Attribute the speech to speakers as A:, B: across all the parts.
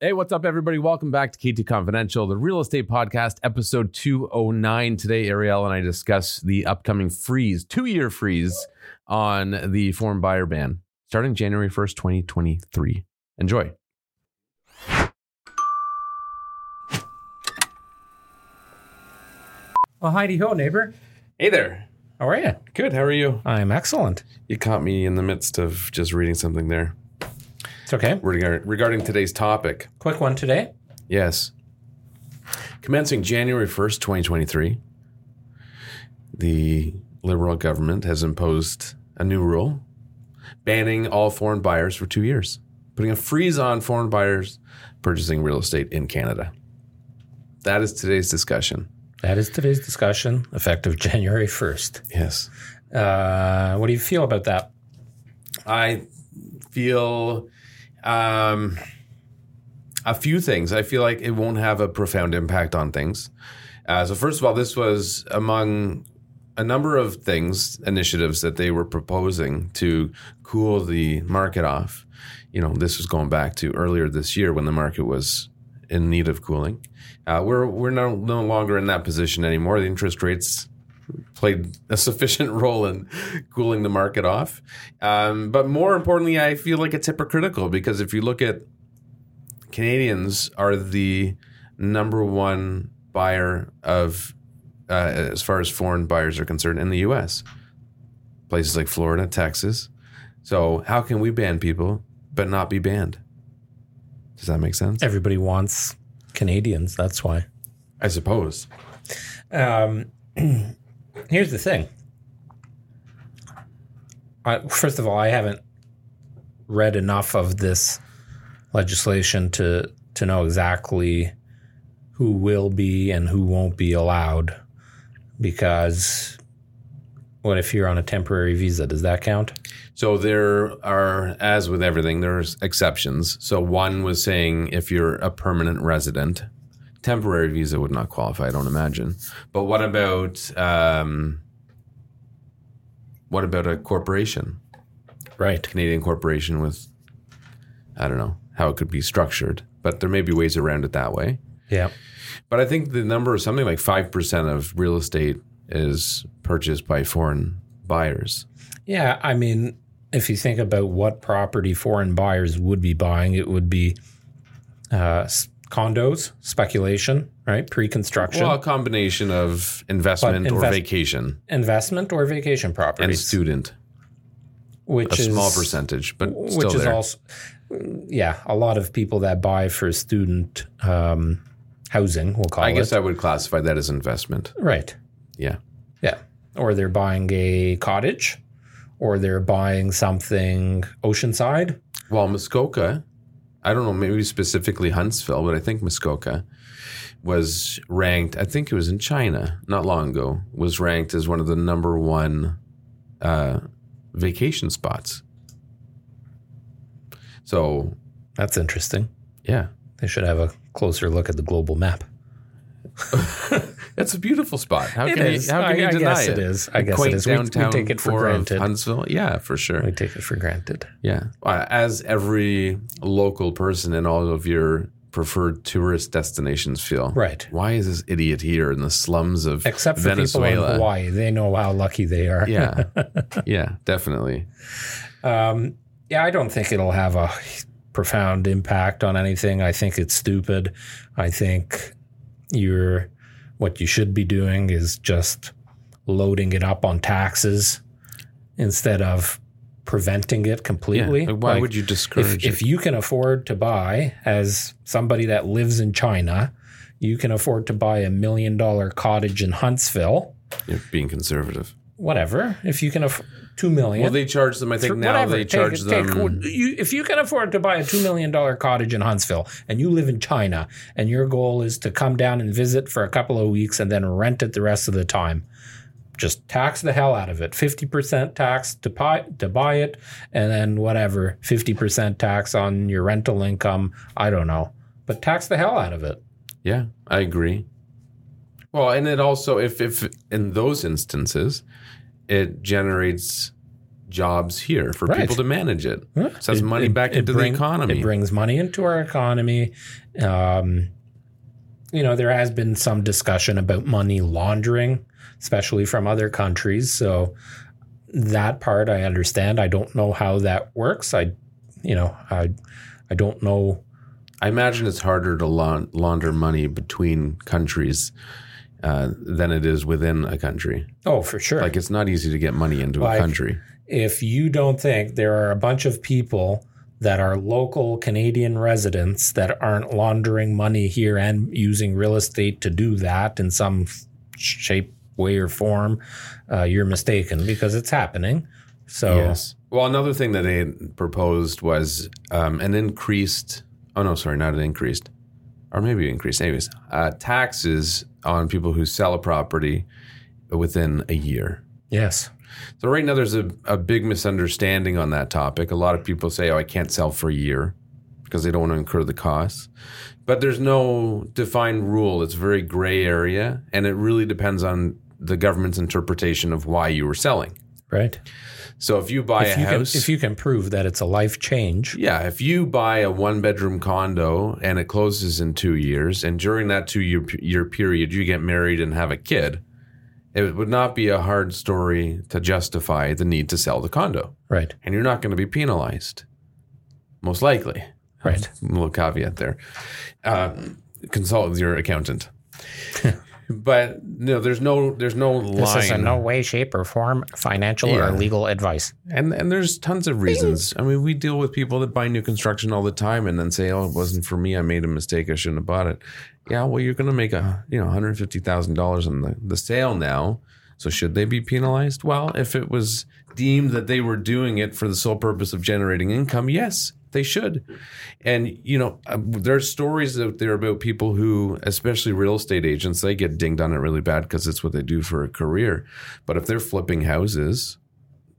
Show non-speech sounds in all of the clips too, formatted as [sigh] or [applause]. A: Hey, what's up, everybody? Welcome back to KT Confidential, the real estate podcast, episode 209. Today, Ariel and I discuss the upcoming freeze, two year freeze on the foreign buyer ban starting January 1st, 2023. Enjoy.
B: Well, Heidi Ho, neighbor.
A: Hey there.
B: How are you?
A: Good. How are you?
B: I'm excellent.
A: You caught me in the midst of just reading something there
B: It's okay.
A: Regar- regarding today's topic.
B: Quick one today.
A: Yes. Commencing January 1st, 2023, the Liberal government has imposed a new rule banning all foreign buyers for two years, putting a freeze on foreign buyers purchasing real estate in Canada. That is today's discussion.
B: That is today's discussion, effective [laughs] January 1st.
A: Yes.
B: Uh, what do you feel about that?
A: I feel um, a few things. I feel like it won't have a profound impact on things. Uh, so, first of all, this was among a number of things, initiatives that they were proposing to cool the market off. You know, this was going back to earlier this year when the market was in need of cooling. Uh, we're we're no, no longer in that position anymore. The interest rates played a sufficient [laughs] role in cooling the market off. Um, but more importantly, I feel like it's hypocritical because if you look at Canadians are the number one buyer of uh, as far as foreign buyers are concerned in the U.S. Places like Florida, Texas. So how can we ban people but not be banned? Does that make sense?
B: Everybody wants Canadians. That's why.
A: I suppose.
B: Um, [clears throat] here's the thing. I, first of all, I haven't read enough of this legislation to to know exactly who will be and who won't be allowed. Because what if you're on a temporary visa? Does that count?
A: So there are, as with everything, there's exceptions. So one was saying if you're a permanent resident, temporary visa would not qualify. I don't imagine. But what about um, what about a corporation,
B: Right.
A: Canadian corporation with, I don't know how it could be structured, but there may be ways around it that way.
B: Yeah.
A: But I think the number is something like five percent of real estate is purchased by foreign buyers.
B: Yeah, I mean, if you think about what property foreign buyers would be buying, it would be uh, s- condos, speculation, right? Pre construction,
A: Well, a combination of investment or
B: invest-
A: vacation
B: investment, or vacation
A: and
B: properties,
A: student,
B: which
A: a
B: is
A: small percentage, but
B: Which
A: still
B: is
A: there.
B: also, yeah, a lot of people that buy for student um, housing, we'll call
A: I
B: it.
A: guess I would classify that as investment.
B: right.
A: Yeah.
B: Yeah. Or they're buying a cottage, or they're buying something oceanside.
A: Well, Muskoka, I don't know, maybe specifically Huntsville, but I think Muskoka was ranked, I think it was in China not long ago, was ranked as one of the number one uh, vacation spots. So,
B: That's interesting.
A: yeah,
B: They should have a closer look at the global map.
A: it's a beautiful spot. How
B: It
A: can
B: is.
A: you, how can
B: I-
A: you
B: I
A: deny
B: guess it is. I
A: A
B: guess it
A: quaint
B: is. We- we
A: downtown
B: take it for
A: core of
B: granted.
A: Huntsville, yeah, for sure.
B: We take it for granted.
A: Yeah. Uh, As every local person in all of your preferred tourist destinations feel.
B: Right.
A: Why is this idiot here in the slums of
B: Except for people in
A: Venezuela?
B: Hawaii. They know how lucky they are.
A: yeah. [laughs] Yeah, definitely.
B: [laughs] Um, yeah, I don't think it'll have a profound impact on anything. I think it's stupid. I think you're what you should be doing is just loading it up on taxes instead of preventing it
A: Yeah.
B: completely.
A: Like, why
B: Like,
A: would you
B: if,
A: discourage
B: if
A: it?
B: you can afford to buy as somebody that lives in China, you can afford to buy a million dollar cottage in Huntsville,
A: You're being conservative.
B: whatever. If you can afford 2 million
A: Well, they charge them. I think now they charge
B: take,
A: them.
B: Take, you, if you can afford to buy a two million dollar cottage in Huntsville and you live in China and your goal is to come down and visit for a couple of weeks and then rent it the rest of the time, just tax the hell out of it. Fifty percent tax to buy to buy it, and then whatever fifty percent tax on your rental income. I don't know, but tax the hell out of it.
A: Yeah, I agree. Well, and it also if if in those instances it generates jobs here for
B: Right.
A: people to manage it.
B: Huh?
A: So that's money back into the economy.
B: It brings money into our economy. Um, you know, there has been some discussion about money laundering, especially from other countries. So that part I understand. I don't know how that works. I, you know, I, I don't know.
A: I imagine it's harder to laun- launder money between countries uh, than it is within a country.
B: Oh, for sure.
A: Like it's not easy to get money into
B: Like-
A: a country.
B: if you don't think there are a bunch of people that are local Canadian residents that aren't laundering money here and using real estate to do that in some f- shape, way, or form, uh, you're mistaken because it's happening. So,
A: Well, another thing that they had proposed was um, an increased. Oh no, sorry, not an increased, or maybe increased. Anyways, uh, taxes on people who sell a property within a year.
B: yes.
A: So right now there's a, a big misunderstanding on that topic. A lot of people say, "Oh, I can't sell for a year." Because they don't want to incur the costs. But there's no defined rule. It's a very gray area. And it really depends on the government's interpretation of why you were selling.
B: Right.
A: So if you buy
B: if
A: a
B: you
A: house.
B: can, if you can prove that it's a life change,
A: Yeah, if you buy a one bedroom condo and it closes in two years, and during that two year, year period, you get married and have a kid, it would not be a hard story to justify the need to sell the condo.
B: right,
A: And you're not going to be penalized, most likely.
B: right,
A: A little caveat there. Um, consult with your accountant. but no, there's no there's no line.
B: way, shape, or form financial
A: or Yeah.
B: legal advice.
A: And and there's tons of reasons. I mean, we deal with people that buy new construction all the time and then say, "Oh, it wasn't for me. I made a mistake. I shouldn't have bought it." Yeah, well, you're going to make a you know one hundred fifty thousand dollars on the the sale now. So should they be penalized? Well, if it was deemed that they were doing it for the sole purpose of generating income, yes, they should. And you know, uh, there's stories out there about people who, especially real estate agents, they get dinged on it really bad because it's what they do for a career. But if they're flipping houses,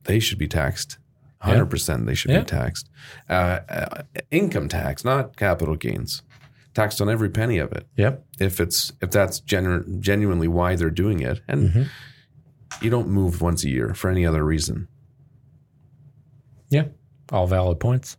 A: they should be taxed. 100% they should
B: Yeah.
A: be taxed. Uh, uh, income tax, not capital gains. Taxed on every penny of it
B: Yep.
A: if it's if that's genu- genuinely why they're doing it. And
B: Mhm.
A: you don't move once a year for any other reason. [laughs]
B: Yeah. All valid points.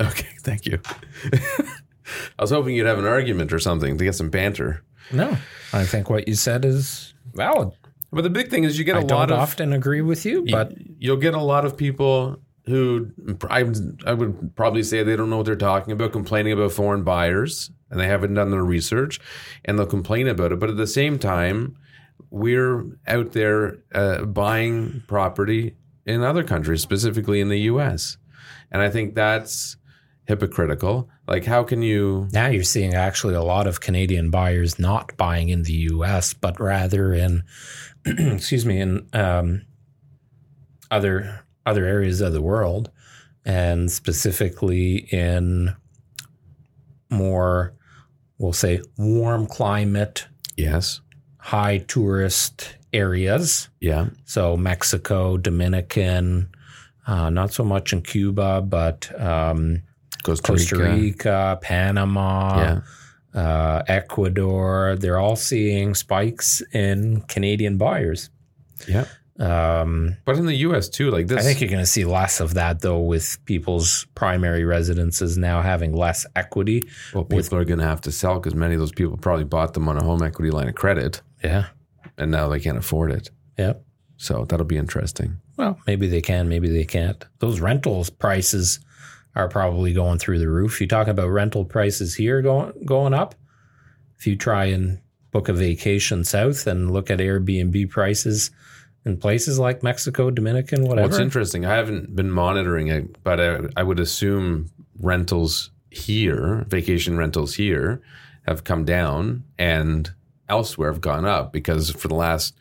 A: Okay, thank you. [laughs] I was hoping you'd have an argument or something to get some banter.
B: No, I think what you said is valid.
A: But the big thing is you get a
B: I
A: lot
B: don't
A: of
B: often agree with you,
A: y-
B: but
A: you'll get a lot of people who I, would- I would probably say they don't know what they're talking about, complaining about foreign buyers, and they haven't done their research, and they'll complain about it. But at the same time, we're out there uh, buying property in other countries, specifically in the U.S., and I think that's hypocritical. Like, how can you?
B: now you're seeing actually a lot of Canadian buyers not buying in the U.S., but rather in, [clears throat] excuse me, in um, other other areas of the world, and specifically in more, we'll say, warm climate,
A: Yes.
B: high tourist areas.
A: Yeah.
B: So Mexico, Dominican, uh, not so much in Cuba, but um,
A: Costa,
B: Costa
A: Rica.
B: Rica, Panama,
A: Yeah.
B: uh, Ecuador. They're all seeing spikes in Canadian buyers.
A: Yeah.
B: Um,
A: But in the U.S. too, like this.
B: I think you're going to see less of that though, with people's primary residences now having less equity.
A: Well, people are going to have to sell because many of those people probably bought them on a home equity line of credit,
B: Yeah.
A: and now they can't afford it.
B: Yeah.
A: So that'll be interesting.
B: Well, maybe they can, maybe they can't. Those rentals prices are probably going through the roof. You talking about rental prices here going going up? If you try and book a vacation south and look at Airbnb prices in places like Mexico, Dominican, whatever.
A: What's interesting, I haven't been monitoring it, but I, I would assume rentals here, vacation rentals here, have come down, and elsewhere have gone up because for the last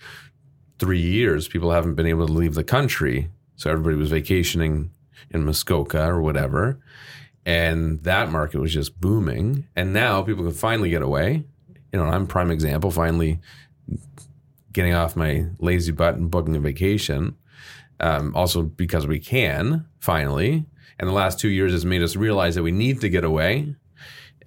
A: three years, people haven't been able to leave the country, so everybody was vacationing in Muskoka or whatever. and that market was just booming. And now people can finally get away. You know, I'm a prime example. Finally, getting off my lazy butt and booking a vacation. Um, also because we can finally. And the last two years has made us realize that we need to get away.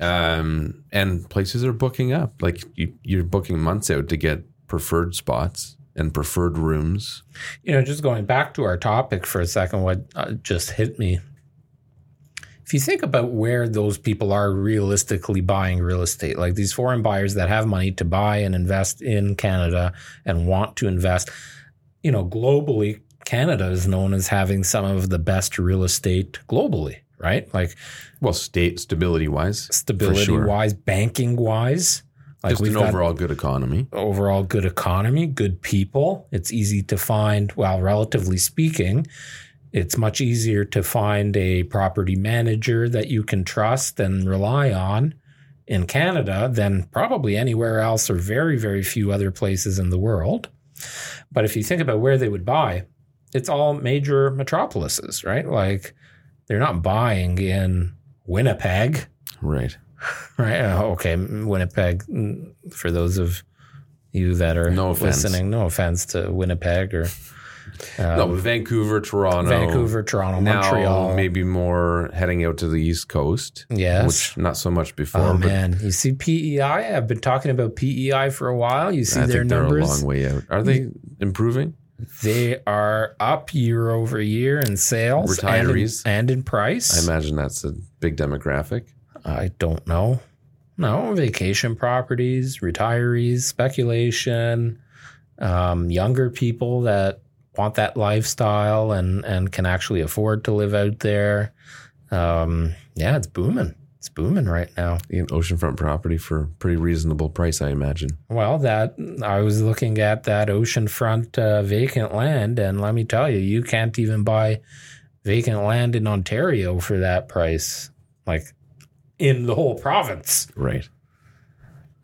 A: Um, and places are booking up. Like you, you're booking months out to get preferred spots and preferred rooms.
B: You know, just going back to our topic for a second, what uh, just hit me. If you think about where those people are realistically buying real estate, like these foreign buyers that have money to buy and invest in Canada and want to invest, you know, globally, Canada is known as having some of the best real estate globally, right? Like
A: Well, state stability wise,
B: stability wise, banking wise. Like
A: just an overall good economy.
B: overall good economy, good people. It's easy to find, well, relatively speaking, it's much easier to find a property manager that you can trust and rely on in Canada than probably anywhere else or very, very few other places in the world. But if you think about where they would buy, it's all major metropolises, right? Like they're not buying in Winnipeg
A: Right.
B: right? Oh, okay, Winnipeg. mm, For those of you that are
A: No offense.
B: listening, no offense to Winnipeg or uh,
A: no, Vancouver, Toronto,
B: Vancouver, Toronto,
A: now
B: Montreal.
A: maybe more heading out to the East Coast,
B: yes.
A: which not so much before.
B: oh
A: but
B: man, you see PEI. I've been talking about PEI for a while. You see
A: I
B: their
A: think they're a
B: numbers.
A: long way out. Are they improving?
B: they are up year over year in sales, and in-
A: Retirees.
B: and in
A: I
B: price.
A: imagine that's a big demographic.
B: I don't know. No, vacation properties, retirees, speculation, um, younger people that want that lifestyle and, and can actually afford to live out there. Um, yeah, it's booming. It's booming right now.
A: An oceanfront property for a pretty reasonable price, I imagine.
B: Well, that I was looking at that oceanfront uh, vacant land, and let me tell you, you can't even buy vacant land in Ontario for that price, like in the whole province.
A: Right.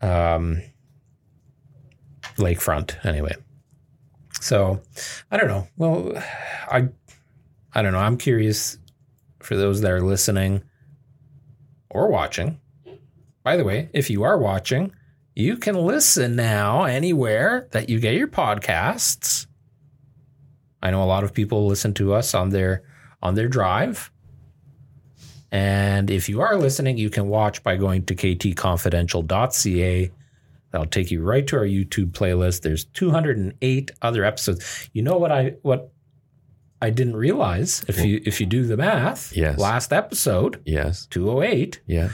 B: um, lakefront anyway. So I don't know. Well, I I don't know. I'm curious for those that are listening or watching. By the way, if you are watching, you can listen now anywhere that you get your podcasts. I know a lot of people listen to us on their on their drive. And if you are listening, you can watch by going to ktconfidential.ca. That'll take you right to our YouTube playlist. There's 208 other episodes. You know what I what I didn't realize if you if you do the math,
A: Yes.
B: last episode,
A: Yes.
B: 208,
A: Yeah.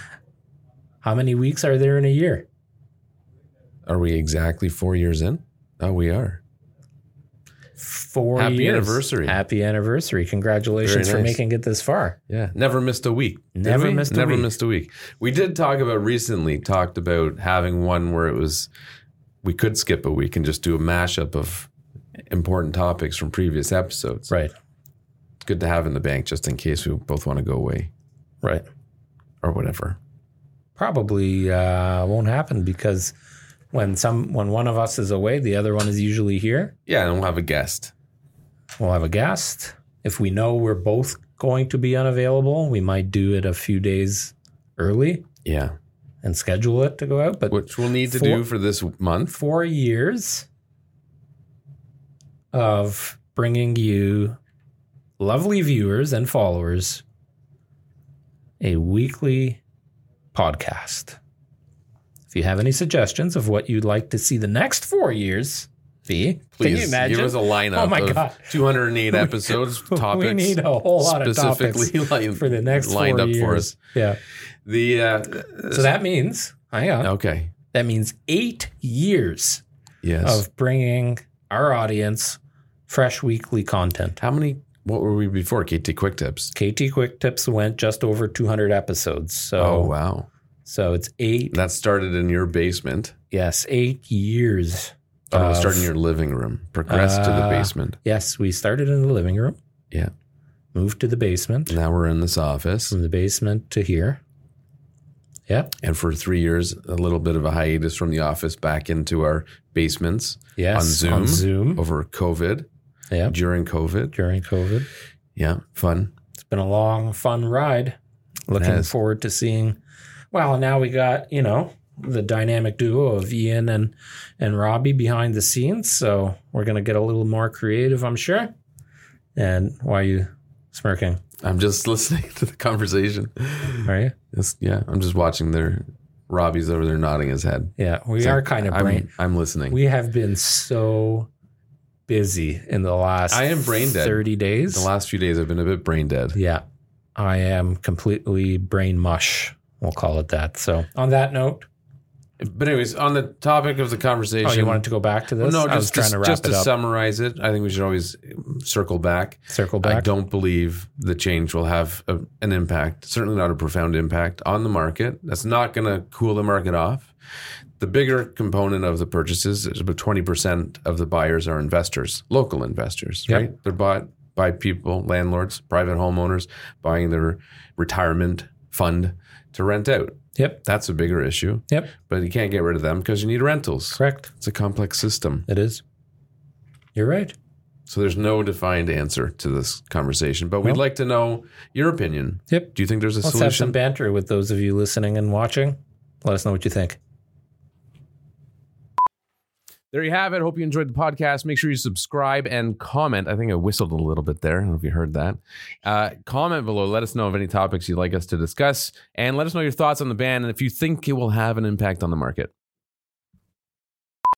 B: how many weeks are there in a year?
A: Are we exactly four years in? Oh, we are.
B: 4
A: Happy
B: years.
A: anniversary.
B: Happy anniversary. Congratulations
A: Very
B: for
A: nice.
B: making it this far.
A: Yeah, never missed a week. did
B: Never
A: we?
B: missed a
A: never
B: week.
A: missed a week. We did talk about recently talked about having one where it was we could skip a week and just do a mashup of important topics from previous episodes.
B: Right.
A: It's good to have in the bank just in case we both want to go away
B: Right.
A: or whatever.
B: probably uh, won't happen because when some when one of us is away, the other one is usually here.
A: Yeah, and we'll have a guest.
B: We'll have a guest. If we know we're both going to be unavailable, we might do it a few days early
A: Yeah,
B: and schedule it to go out. But
A: which we'll need to
B: Four-
A: do for this month.
B: four years of bringing you lovely viewers and followers a weekly podcast. If you have any suggestions of what you'd like to see the next four years be,
A: Please
B: can you imagine?
A: give us a lineup.
B: Oh my
A: of
B: God. [laughs]
A: 208 episodes topics.
B: we need a whole lot of topics
A: specifically lined-
B: [laughs] for the next
A: lined up
B: four years.
A: for us.
B: Yeah.
A: The uh,
B: So uh, that means, hang on,
A: okay,
B: that means eight years
A: yes.
B: of bringing our audience fresh weekly content.
A: How many? What were we before? KT Quick Tips.
B: KT Quick Tips went just over 200 episodes. So,
A: Oh wow,
B: so it's eight,
A: that started in your basement.
B: yes, eight years.
A: Oh, no, it
B: of-
A: started in your living room. Progressed to the
B: Uh,
A: basement.
B: Yes, we started in the living room.
A: Yeah.
B: Moved to the basement,
A: Now we're in this office,
B: from the basement to here. Yeah.
A: and for three years, a little bit of a hiatus from the office back into our basements
B: Yes.
A: On Oh.
B: On Zoom.
A: over COVID
B: Hmm. Yeah.
A: during COVID.
B: During COVID.
A: Yeah, fun.
B: It's been a long, fun ride. Looking
A: has.
B: forward to seeing. Well, now we got, you know, the dynamic duo of Ian and and Robbie behind the scenes, so we're going to get a little more creative, I'm sure. And why are you smirking?
A: I'm just [laughs] listening to the conversation.
B: Are you?
A: It's- yeah, I'm just watching their Robbie's over there nodding his head.
B: Yeah, we
A: It's
B: are
A: like,
B: kind of
A: I'm,
B: brain.
A: I'm listening.
B: We have been so busy in the last
A: I am brain dead.
B: 30 days.
A: The last few days, I've been a bit brain dead.
B: yeah. I am completely brain mush. We'll call it that. So, on that note,
A: But anyways, on the topic of the conversation,
B: oh, you wanted to go back to
A: Well,
B: this?
A: no,
B: I was
A: just
B: trying
A: just-
B: to wrap
A: just
B: it up.
A: summarize it. I think we should always circle back.
B: Circle back.
A: I don't believe the change will have a, an impact. Certainly not a profound impact on the market. That's not going to cool the market off. The bigger component of the purchases is about twenty percent of the buyers are investors, local investors,
B: Yep.
A: right? They're bought by people, landlords, private homeowners buying their retirement fund to rent out.
B: Yep.
A: That's a bigger issue.
B: Yep.
A: But you can't get rid of them because you need rentals.
B: Correct.
A: It's a complex system.
B: It is. You're right.
A: So there's no defined answer to this conversation, but we'd
B: Nope.
A: like to know your opinion.
B: Yep.
A: Do you think there's a
B: Let's have some
A: solution?
B: banter with those of you listening and watching. Let us know what you think.
A: There you have it. Hope you enjoyed the podcast. Make sure you subscribe and comment. I think I whistled a little bit there. I don't know if you heard that. Uh, comment below. Let us know of any topics you'd like us to discuss, and let us know your thoughts on the ban and if you think it will have an impact on the market.